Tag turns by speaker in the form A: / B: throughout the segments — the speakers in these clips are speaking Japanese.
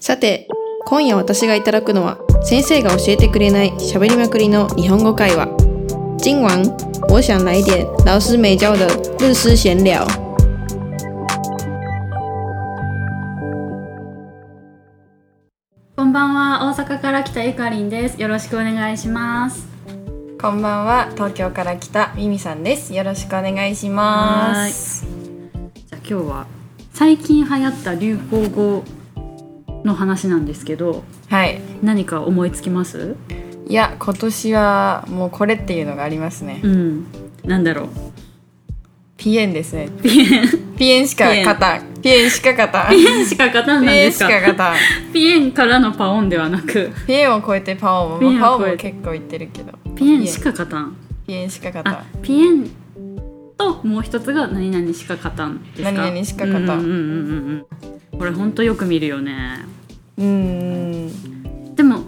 A: さて今夜私がいただくのは先生が教えてくれない喋りまくりの日本語会話今晚我想来点老师没教的日式闲聊
B: こんばんは、大阪から来たゆかりんです。よろしくお願いします。
C: こんばんは東京から来たミミさんですよろしくお願いします
B: じゃあ今日は最近流行った流行語の話なんですけど、
C: はい
B: 何か思いつきます？
C: いや今年はもうこれっていうのがありますね
B: うん、なんだろう。
C: ピエンですねピエンピエンしか勝たんピエンしか勝たん
B: ピ
C: ピ
B: エン しか勝たんなん
C: エ
B: で
C: ン
B: す
C: し
B: か
C: か？勝たん
B: ピエンからのパオンではなく、
C: ピエンを超えてパオも
B: ピエンを
C: パオ
B: 超
C: も
B: えて
C: 結構言ってるけど
B: ピエンしか勝たん。
C: ピエンしか勝た
B: あ
C: ん、
B: ピエンともう一つが何々しか勝たんですか？
C: 何々しか勝たん
B: うんうんうんうんうん。これ本当よく見るよね。
C: うーん
B: でも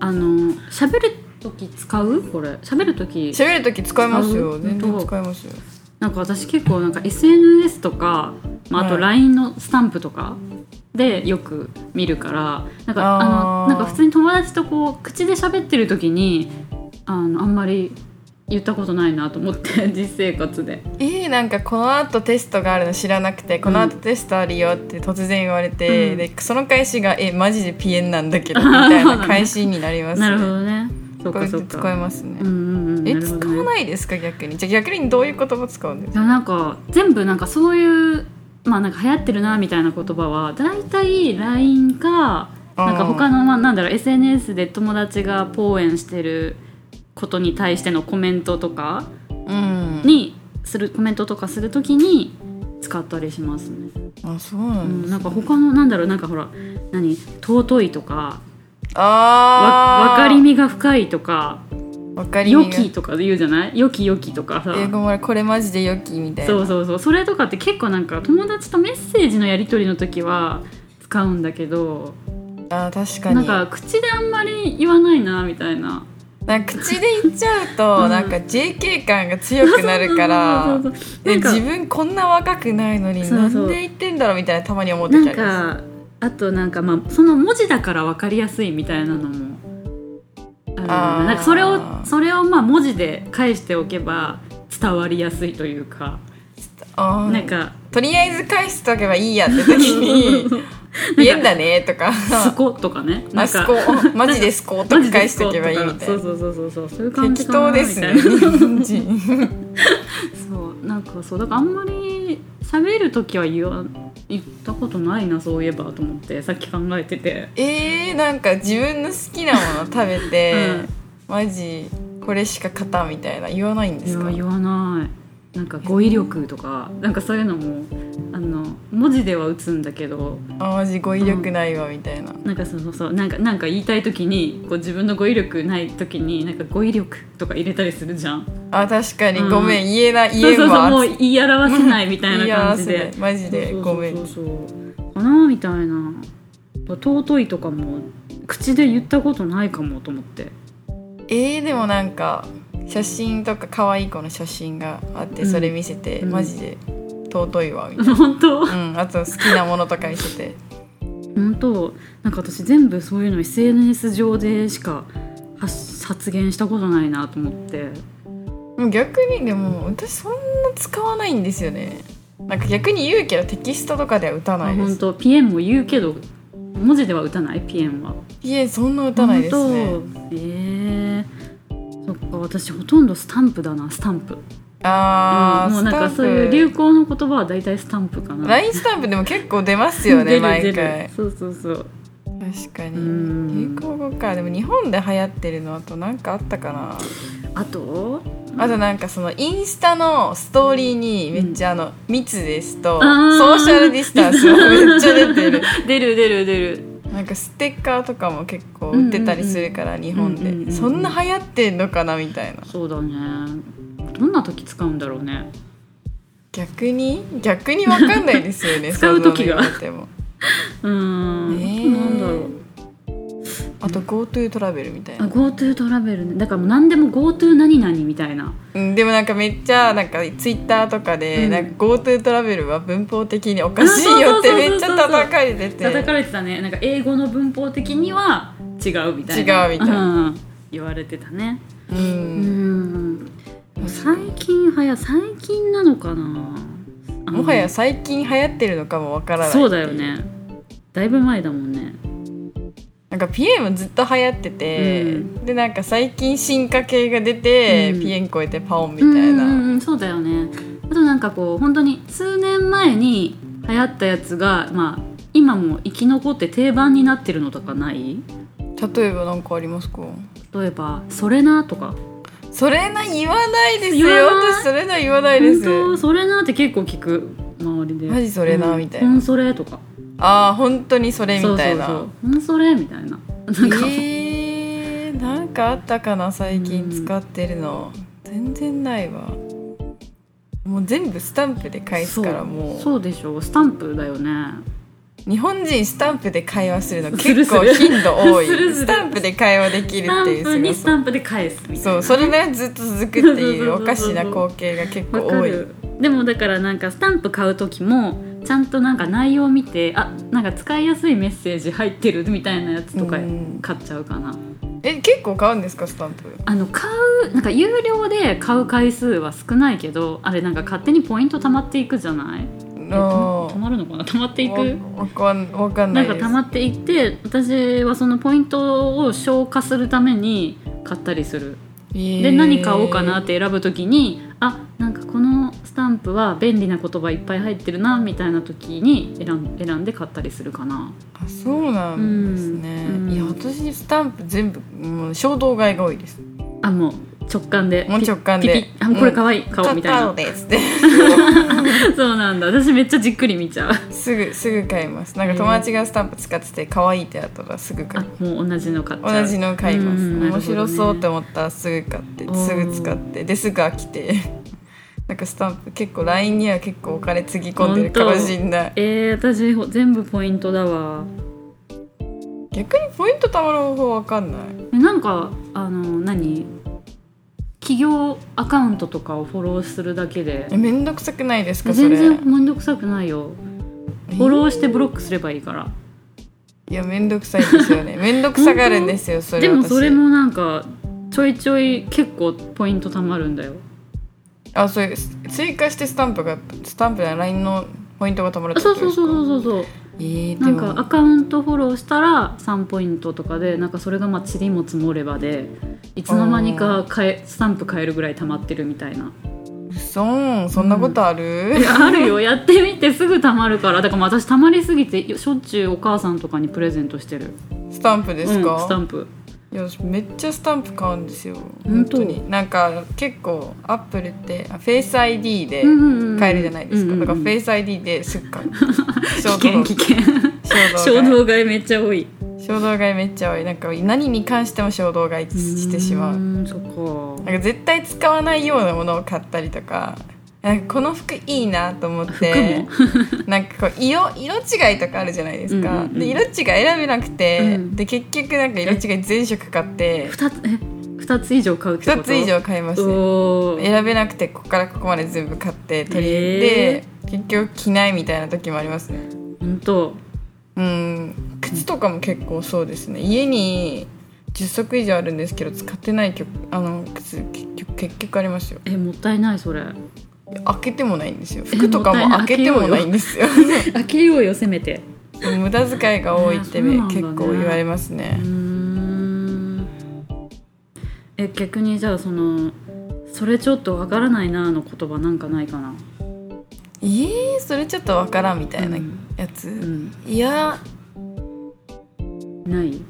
B: あの喋る時使うこれ喋る時
C: 喋る時使います
B: あ
C: よ全
B: 本
C: 然
B: 当
C: 使いますよ
B: なんか私結構なんか SNS とか、まあ、あと
C: うん
B: LINE のスタンプとかでよく見るからなんか
C: あ
B: あ
C: ー
B: のなんか普通に友達とこう口で喋ってる時にあのあんまり言ったことないなと思って 実生活で
C: えー、なんかこのあとテストがあるの知らなくてこのあとテストあるよって突然言われて、
B: うん
C: でその返しが「えマジでピエンなんだけ ど」みたい
B: あーそうなんだ
C: な返しになりますね。
B: なるほどねそう
C: こう
B: か
C: やっ
B: そう
C: て
B: か
C: 使いますね。
B: うんうんうん
C: え、
B: なるほ
C: 使
B: どね
C: わないですか逆にじゃあ逆にどういう言葉使うんで
B: い
C: すか
B: やなんか全部なんかそういうまあなんか流行ってるなみたいな言葉は大体 LINE かなんか他のまあなんだろう SNS で友達がポーエンしてることに対してのコメントとか
C: うん
B: にするコメントとかするときに使ったりしますね。
C: あそうな
B: うんん、
C: だ、
B: なんか他のなんだろうなんかほら何尊いとかわ
C: あ
B: 分
C: ー
B: かりみが深いとか
C: わかりみ
B: 良
C: が
B: きとか言うじゃない良き良きとかさ。
C: 英語もこれマジで良きみたいな
B: そうそうそうそれとかって結構なんか友達とメッセージのやり取りの時は使うんだけど
C: あー確か
B: なん
C: に
B: か口であんまり言わないなみたいな
C: なんか口で言っちゃうと、
B: うん
C: なんか JK 感が強くなるから
B: そうそうそう
C: で
B: なん
C: 自
B: か
C: 分こんな若くないのに
B: そうそう
C: なんで言ってんだろうみたいなたまに思う時あ
B: なん
C: りま
B: かあとなんかまあその文字だから分かりやすいみたいなのもあるよね
C: あー
B: なんかそれをそれをまあ文字で返しておけば伝わりやすいというか、
C: すあー
B: なんか
C: とりあえず返しとけばいいやって時に 「言えんだね」とか
B: 「すこ」とかね
C: 「
B: なん
C: あす
B: か
C: こ」「マジですこ」とか
B: マジで
C: 返し
B: すこと
C: けばいい
B: とか
C: みたいな。
B: そうそうそうそうそうそういう感じ
C: 適
B: かな
C: 当ですね
B: みたいな
C: 日本人
B: そうなんかそうだからあんまり喋る時は言わ言ったことないなそういえばと思ってさっき考えてて
C: えー、なんか自分の好きなもの食べて、
B: うん
C: マジこれしか勝たんみたいな言わないんで
B: い
C: す
B: や
C: か
B: 言わないなんか語彙力とかなんかそういうのもあの文字では打つんだけど
C: あマジ語彙力ないわみたいな、
B: なんかそうそうそうなんかなんか言いたい時にこう自分の語彙力ない時になんか語彙力とか入れたりするじゃん
C: あ確かに
B: うん
C: ごめん、言えない
B: そう
C: 言え
B: そ
C: ん
B: うそう
C: わ
B: も
C: つっ
B: う言い表せないみた
C: て
B: いな
C: 言合わ
B: 感
C: せ
B: じ
C: ない
B: で
C: マジでごめ
B: そうんそうそうかなみたいな尊いとかも口で言ったことないかもと思って
C: えー、でもなんか写真とか可愛い子の写真があって
B: うん
C: それ見せて、
B: うん
C: マジで尊いわみた い
B: 本当
C: な、うん、あと好きなものとか見せて
B: 本当なんか私全部そういうの SNS 上でしか発発言したことないなと思って
C: もう逆にでも私そんな使わないんですよねなんか逆に言うけどテキストとかでは打たないで
B: 本
C: す
B: 当ピエンも言うけど文字では打たないピエンはい
C: えそんな打たないですね
B: 本当えーそっか私ほとんどスタンプだなスタンプ
C: あー
B: うんもうなんか
C: ス
B: そ
C: タ
B: う
C: ンプ
B: いう流行の言葉は大体スタンプかな
C: LINE スタンプでも結構出ますよ
B: 出
C: ね
B: る出
C: 毎
B: る
C: 回
B: そうそうそう
C: 確か
B: うん
C: に流行語かでも日本で流行ってるのあとなんかあったかな
B: あと
C: あとなんかそのインスタのストーリーにめっちゃあの「密です」と「ソ
B: あー
C: ーシャルディスタンス」もめっちゃ出てる
B: 出る出る出る
C: なんかステッカーとかも結構売ってたりするから日本
B: うんうんうん
C: でそんな流行ってんのかなみたいな
B: そうだねどんな時使うんだろうね
C: 逆に逆にわかんないですよね
B: 使う時が
C: 想像で言われても
B: うーん、
C: ねえ
B: なんだろう
C: あとと GoTo トラベルみたい
B: あ
C: な、
B: GoTo トラベルねだからもう何でも GoTo 何々みたいな
C: うん、でもなんかめっちゃなんか Twitter とかで、
B: うん
C: なんか GoTo トラベルは文法的におかしいよって
B: うんそ
C: め
B: うそうそうそう
C: っちゃ叩かれてて
B: 叩かれてたねなんか英語の文法的には違うみたいな
C: 違うみたいな
B: うん言われてたね
C: う、
B: うんんもう最近はや最近なのかなあの
C: もはや最近流行ってるのかもわからない
B: そうだよねだいぶ前だもんね
C: なんかピエンもずっと流行ってて、
B: うん
C: でなんか最近進化系が出て、
B: うん
C: ピエン超えてパオンみたいな、
B: うんうんうんそうだよねあとなんかこう本当に数年前に流行ったやつがまあ今も生き残って定番になってるのとかない
C: 例えば何かありますか
B: 例えば「それな」とか
C: それな言わないですよ
B: 言わない
C: 私それな言わないです
B: 本当それなって結構聞く周りで
C: マジそれな
B: うん
C: みたいな
B: ほんそれとか
C: ああ本当にそれみたいな
B: そうそうそうほんそれみたいななんか、
C: えー、なんかあったかな最近使ってるの、全然ないわもう全部スタンプで返すからもう
B: そうでしょうスタンプだよね
C: 日本人スタンプで会話するの
B: する
C: 結
B: する
C: 構頻度多い
B: するする
C: スタンプで会話でき
B: ス
C: る
B: タ
C: ってい
B: ン
C: う
B: プに
C: す
B: ス
C: ごい
B: タンプで返すみたいな
C: そうそれがずっと続くっていう
B: そうそうそうそう
C: おかしな光景が結構
B: わか
C: 多い
B: るでもだからなんかスタンプ買う時もちゃんとなんか内容を見てあなんか使いやすいメッセージ入ってるみたいなやつとか
C: うん
B: 買っちゃうかな、
C: え結構買うんですかスタンプ
B: あの買うなんか有料で買う回数は少ないけどあれなんか勝手にポイント貯まっていくじゃないえた
C: あ
B: 貯まるのかな貯まってい
C: ー
B: く
C: わわかんわかんな
B: ないんか
C: です
B: 溜まっていって私はそのポイントを消化するために買ったりするで何買おうかなって選ぶときにあなんかこのスタンプは便利な言葉いっぱい入ってるなみたいな時に選ん選んで買ったりするかな
C: あそうなんですね、
B: うん
C: いや私スタンプ全部もう衝動買いが多いです
B: あもう直感で
C: もう直感
B: ピ
C: で
B: ピピあこれ可愛い顔みたい
C: 買った
B: な
C: の、ですっ て
B: そうなんだ私めっちゃじっくり見ちゃう
C: すぐすぐ買いますなんか友達がスタンプ使ってて可愛いってなったらすぐ
B: あ
C: 買う
B: もう同じの買っちゃう
C: 同じの買います、
B: うんなる
C: 面
B: ほどね
C: 白そうって思ったらすぐ買って
B: おー
C: すぐ使ってですぐ飽きて なんかスタンプ結構 LINE には結構お金つぎ込んでるかもしんない
B: えー、私ほ全部ポイントだわ
C: 逆にポイント貯まる方法わかんない
B: えなんかあの何企業アカウントとかをフォローするだけで
C: えめんどくさくないですかそ
B: 全
C: れ
B: 然面倒くさくないよフォローしてブロックすればいいから
C: いやめんどくさいですよねめんどくさがるんですよそれ
B: でもそれ
C: 私
B: もなんかちょいちょい結構ポイント貯まるんだよ
C: あそういう追加してスタンプがスタンプや LINE のポイントが貯まるって
B: そ
C: こ
B: う
C: とで
B: そう
C: すか
B: そうそうそうそう
C: えー、
B: な
C: で
B: んかア
C: も
B: カウントフォローしたら3ポイントとかでなんかそれがまあちりも積もればでいつの間にか買えスタンプ買えるぐらい貯まってるみたいな
C: そんそんなことある、
B: あ るよやってみてすぐ貯まるからだからもう私貯まりすぎてしょっちゅうお母さんとかにプレゼントしてる
C: スタンプですか、
B: うんスタンプ
C: いやめっちゃスタンプ買うんですよ
B: 当
C: 本当になんか結構アップルってあフェイス ID で
B: うんうんうん
C: 買えるじゃないですか、
B: うんうんうん
C: だからフェイス ID ですっか
B: 危
C: 衝
B: 険
C: 動
B: 危険
C: 衝動
B: 衝
C: 買
B: 動買いめっちゃ多い
C: い衝動買いめっちゃ多いなんか何に関しても衝動買いしてしまう
B: ーんそっか
C: なんか絶対使わないようなものを買ったりとかなんかこの服いいなと思って なんかこう色色違いとかあるじゃないですか、
B: うんうんうん
C: で色違い選べなくて、
B: うん
C: で結局なんか色違い全色買って
B: 2つえ二つ以上買うってこ
C: 2
B: と
C: つ以上買います
B: おー
C: 選べなくてここからここまで全部買って取り入れて、結局着ないみたいな時もありますね
B: 本当
C: うん靴とかも結構そうですね家に10足以上あるんですけど使ってない曲あの靴結局結局ありますよ
B: えもったいない それ
C: 開けてもないんですよ
B: え
C: 服とかも
B: もったいな
C: 開
B: い
C: けてもないんですよ
B: 開けようよせめて
C: 無駄遣いが多いって
B: ね
C: ね
B: そうなんだね
C: 結構言われます
B: う
C: ね
B: ーんえ逆にじゃあその「それちょっとわからないな」の言葉なんかないかな
C: えー、それちょっとわからんみたいな
B: うん
C: やつ、
B: うん
C: いや
B: ない
C: い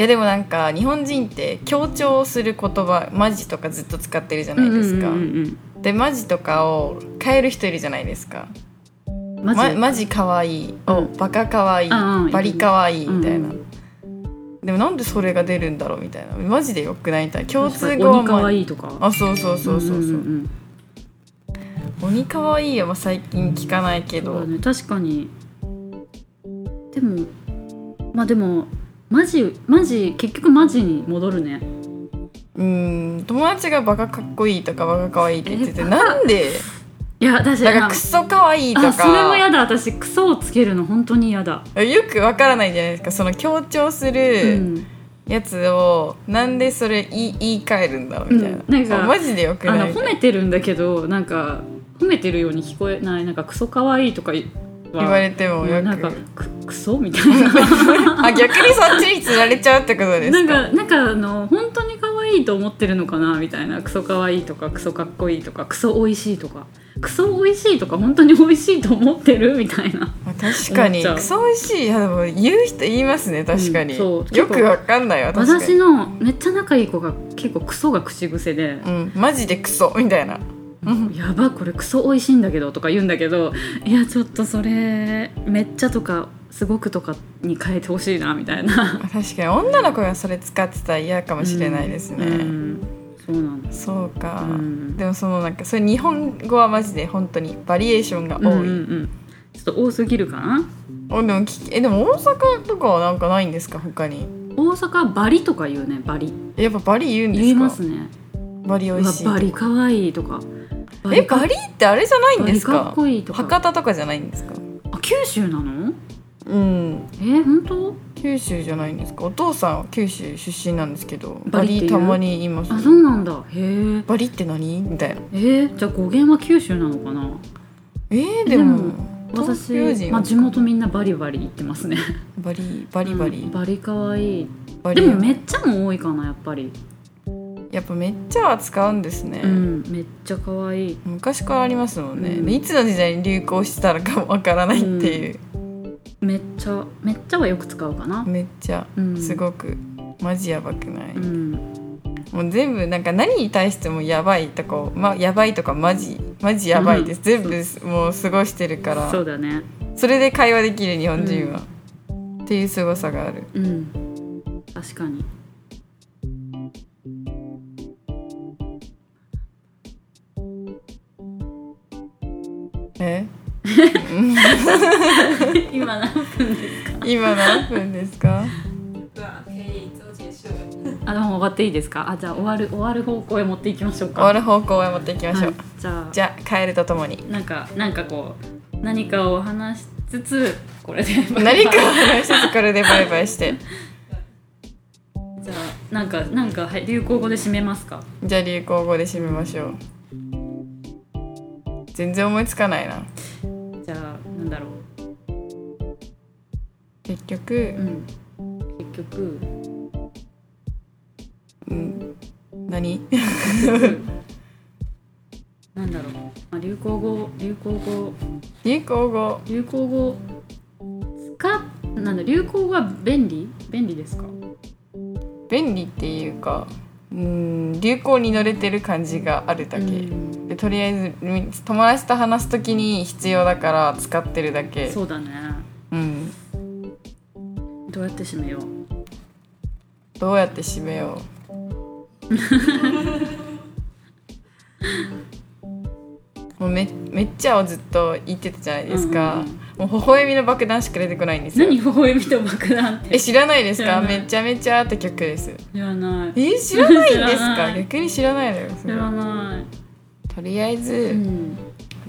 C: やでもなんか日本人って強調する言葉マジとかずっと使ってるじゃないですか、
B: うんうん
C: でマジとかを変える人いるじゃないですか
B: うんマジ
C: まマジ可愛いを、
B: うん
C: バカ可愛い
B: ああ
C: バリ可愛い
B: うん
C: みたいな、でもなんでそれが出るんだろうみたいなマジでよくないみたいな共通語は
B: 鬼
C: ま
B: か
C: あ
B: わいいとか
C: あそうそうそうそうそう,、
B: んんん
C: 鬼可愛いは最近聞かないけ
B: そう
C: ど、
B: だね確かにでもまあでもマジマジ結局マジに戻るね
C: うん友達がバカかっこいいとかバカかわいいって言っててなん で
B: いや私
C: なんかクソかわいいとか
B: あそれも嫌だ私クソをつけるの本当に嫌だ
C: よくわからないじゃないですかその強調するやつを、なんでそれ言い言い換えるんだろうみたいな,、
B: うんなんか
C: あマジでよく
B: あ
C: な
B: の
C: い
B: 褒めてるんだけどなんか褒めてるように聞こえないなんかクソかわいいとか言
C: 言われてもよく
B: なんかククソみたいな
C: あ逆にそっちに釣られちゃうってことです
B: な
C: か
B: んかなんかあの本当に可愛いと思ってるのかなみたいなクソ可愛いとかクソかっこいいとかクソ美味しいとかクソ美味しいとか本当に美味しいと思ってるみたいな
C: まあ確か
B: 思っ
C: に
B: ちゃう
C: クソ美味しいいやでも言う人言いますね確かに、
B: うんそう
C: よくわかんないわ確か
B: 私
C: に
B: のめっちゃ仲いい子が結構クソが口癖で
C: うんマジでクソみたいなうん
B: やばこれクソ美味しいんだけどとか言うんだけどいやちょっとそれめっちゃとかすごくとかに変えてほしいなみたいな
C: 確かに女の子がそれ使ってたら嫌かもしれないですね、
B: うんそうなんだ
C: そうか、
B: うん
C: でもそのなんかそれ日本語はマジで本当にバリエーションが多い、
B: うんうんうんちょっと多すぎるかな
C: おでも聞きえでも大阪とかはなんかないんですか他に
B: 大阪はバリとか言うねバリ
C: やっぱバリ言うんですか
B: 言いますね
C: バリ美
B: う
C: 味
B: わ
C: しい
B: バリ可愛いとか
C: え
B: か
C: バリってあれじゃないんです
B: バリか
C: か
B: っこいいとか
C: 博多とかじゃないんですか
B: あ九州なの
C: うん
B: えー、本当
C: 九州じゃないんですかお父さんは九州出身なんですけど
B: バ
C: バ
B: リって
C: リ
B: 言う
C: たまに言います
B: あそうなんだへー
C: バリって何みたいな
B: えー、じゃあ語源は九州なのかな
C: えー、
B: で
C: で
B: も
C: も東
B: 私
C: 京人、
B: まあ、地元みんなバリバリ言ってますね
C: バリバリバリ、
B: うんバリ可愛い
C: バ
B: で
C: リ
B: もめっちゃも多いかなやっぱり
C: やっぱめっちゃは使うんですね、
B: うんめっちゃ可愛い
C: 昔からありますもんね、
B: うん
C: でいつの時代に流行したらかもわからないっていう、
B: めっちゃめっちゃはよく使うかな
C: めっちゃ
B: うん
C: すごくマジやばくない、
B: うん
C: もう全部なんか何に対してもやばいとか、ま、やばいとかマジマジやばいです、全部すもう過ごしてるから
B: そうだね
C: それで会話できる日本人は、っていう凄さがある
B: うん確か に
C: え
B: 今な
C: 今何分ですか
B: あでも終わっていいですかあじゃあ終わる終わる方向へ持っていきましょう
C: 終
B: か
C: わる方向へ持っていきましょう、
B: はいじゃあ
C: じゃあ帰るとともに
B: なんかなんかこう何かを話しつつこれで
C: 何かを話しつつこれでバイバイして
B: じゃあなんかなんか、はい、流行語で締めますか
C: じゃあ流行語で締めましょう全然思いつかないな
B: じゃあなんだろ
C: 結
B: うう
C: 局、
B: ん結局
C: うん、何
B: なんだろう、まあ、流行語流行語
C: 流行語
B: 流行語使っなんだ流行語は便利便利ですか
C: 便利っていうかうん流行に乗れてる感じがあるだけ、
B: うん
C: でとりあえずみ友達と話す時に必要だから使ってるだけ
B: そうだね
C: うん、
B: どうやって締めよう
C: どうやって締めよ うもうめめっちゃをずっと言ってたじゃないですか、もう微笑みの爆弾しか出てこないんですよ
B: 何微笑みと爆弾って
C: え知らないです
B: 知ら
C: か
B: ない
C: めちゃめちゃって曲です
B: 知らない
C: え知らないんです
B: 知らな
C: か
B: い
C: 逆に知らないのよす
B: 知
C: ごい
B: らない
C: とりあえず、
B: うん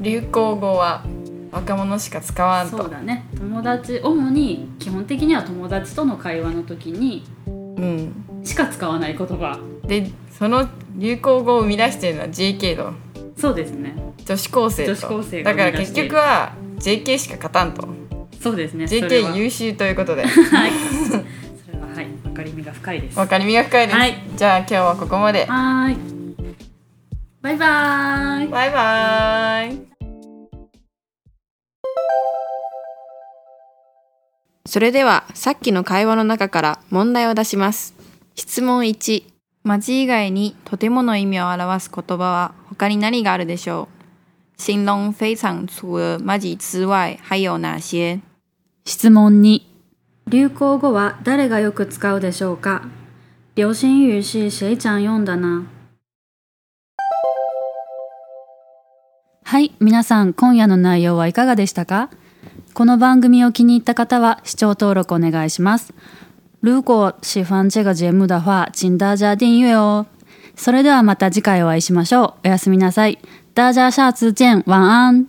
C: 流行語は若者しか使わん
B: そう
C: と
B: だね友達主に基本的には友達との会話の時に
C: うん
B: しか使わない言葉
C: でその流行語を生み出してるのは JK と
B: そうですね
C: 女子高生と
B: 女子高生が
C: だ
B: 生
C: か
B: み
C: ら
B: 出
C: 結
B: している
C: 局は JK しか勝たんと
B: そうですねそれは
C: JK 優秀ということで
B: はいそれははい分かりみが深いですは
C: 分かりみが深いです、
B: はい
C: じゃあ今日はここまで
B: ーいバイバーイ
C: バイバイ
A: それではさっきの会話の中から問題を出します。質問1、
D: 文字以外にとてもの意味を表す言葉は他に何があるでしょう形容非常除了文字之外还有哪些
B: 質問2流行語は誰がよく使うでしょうか流行语是谁常用的呢はい、皆さん今夜の内容はいかがでしたかこの番組を気に入った方は視聴登録お願いします。如果喜欢这个节目的话，请大家订阅哦。それではまた次回お会いしましょう。おやすみなさい。大家下次见。晚安。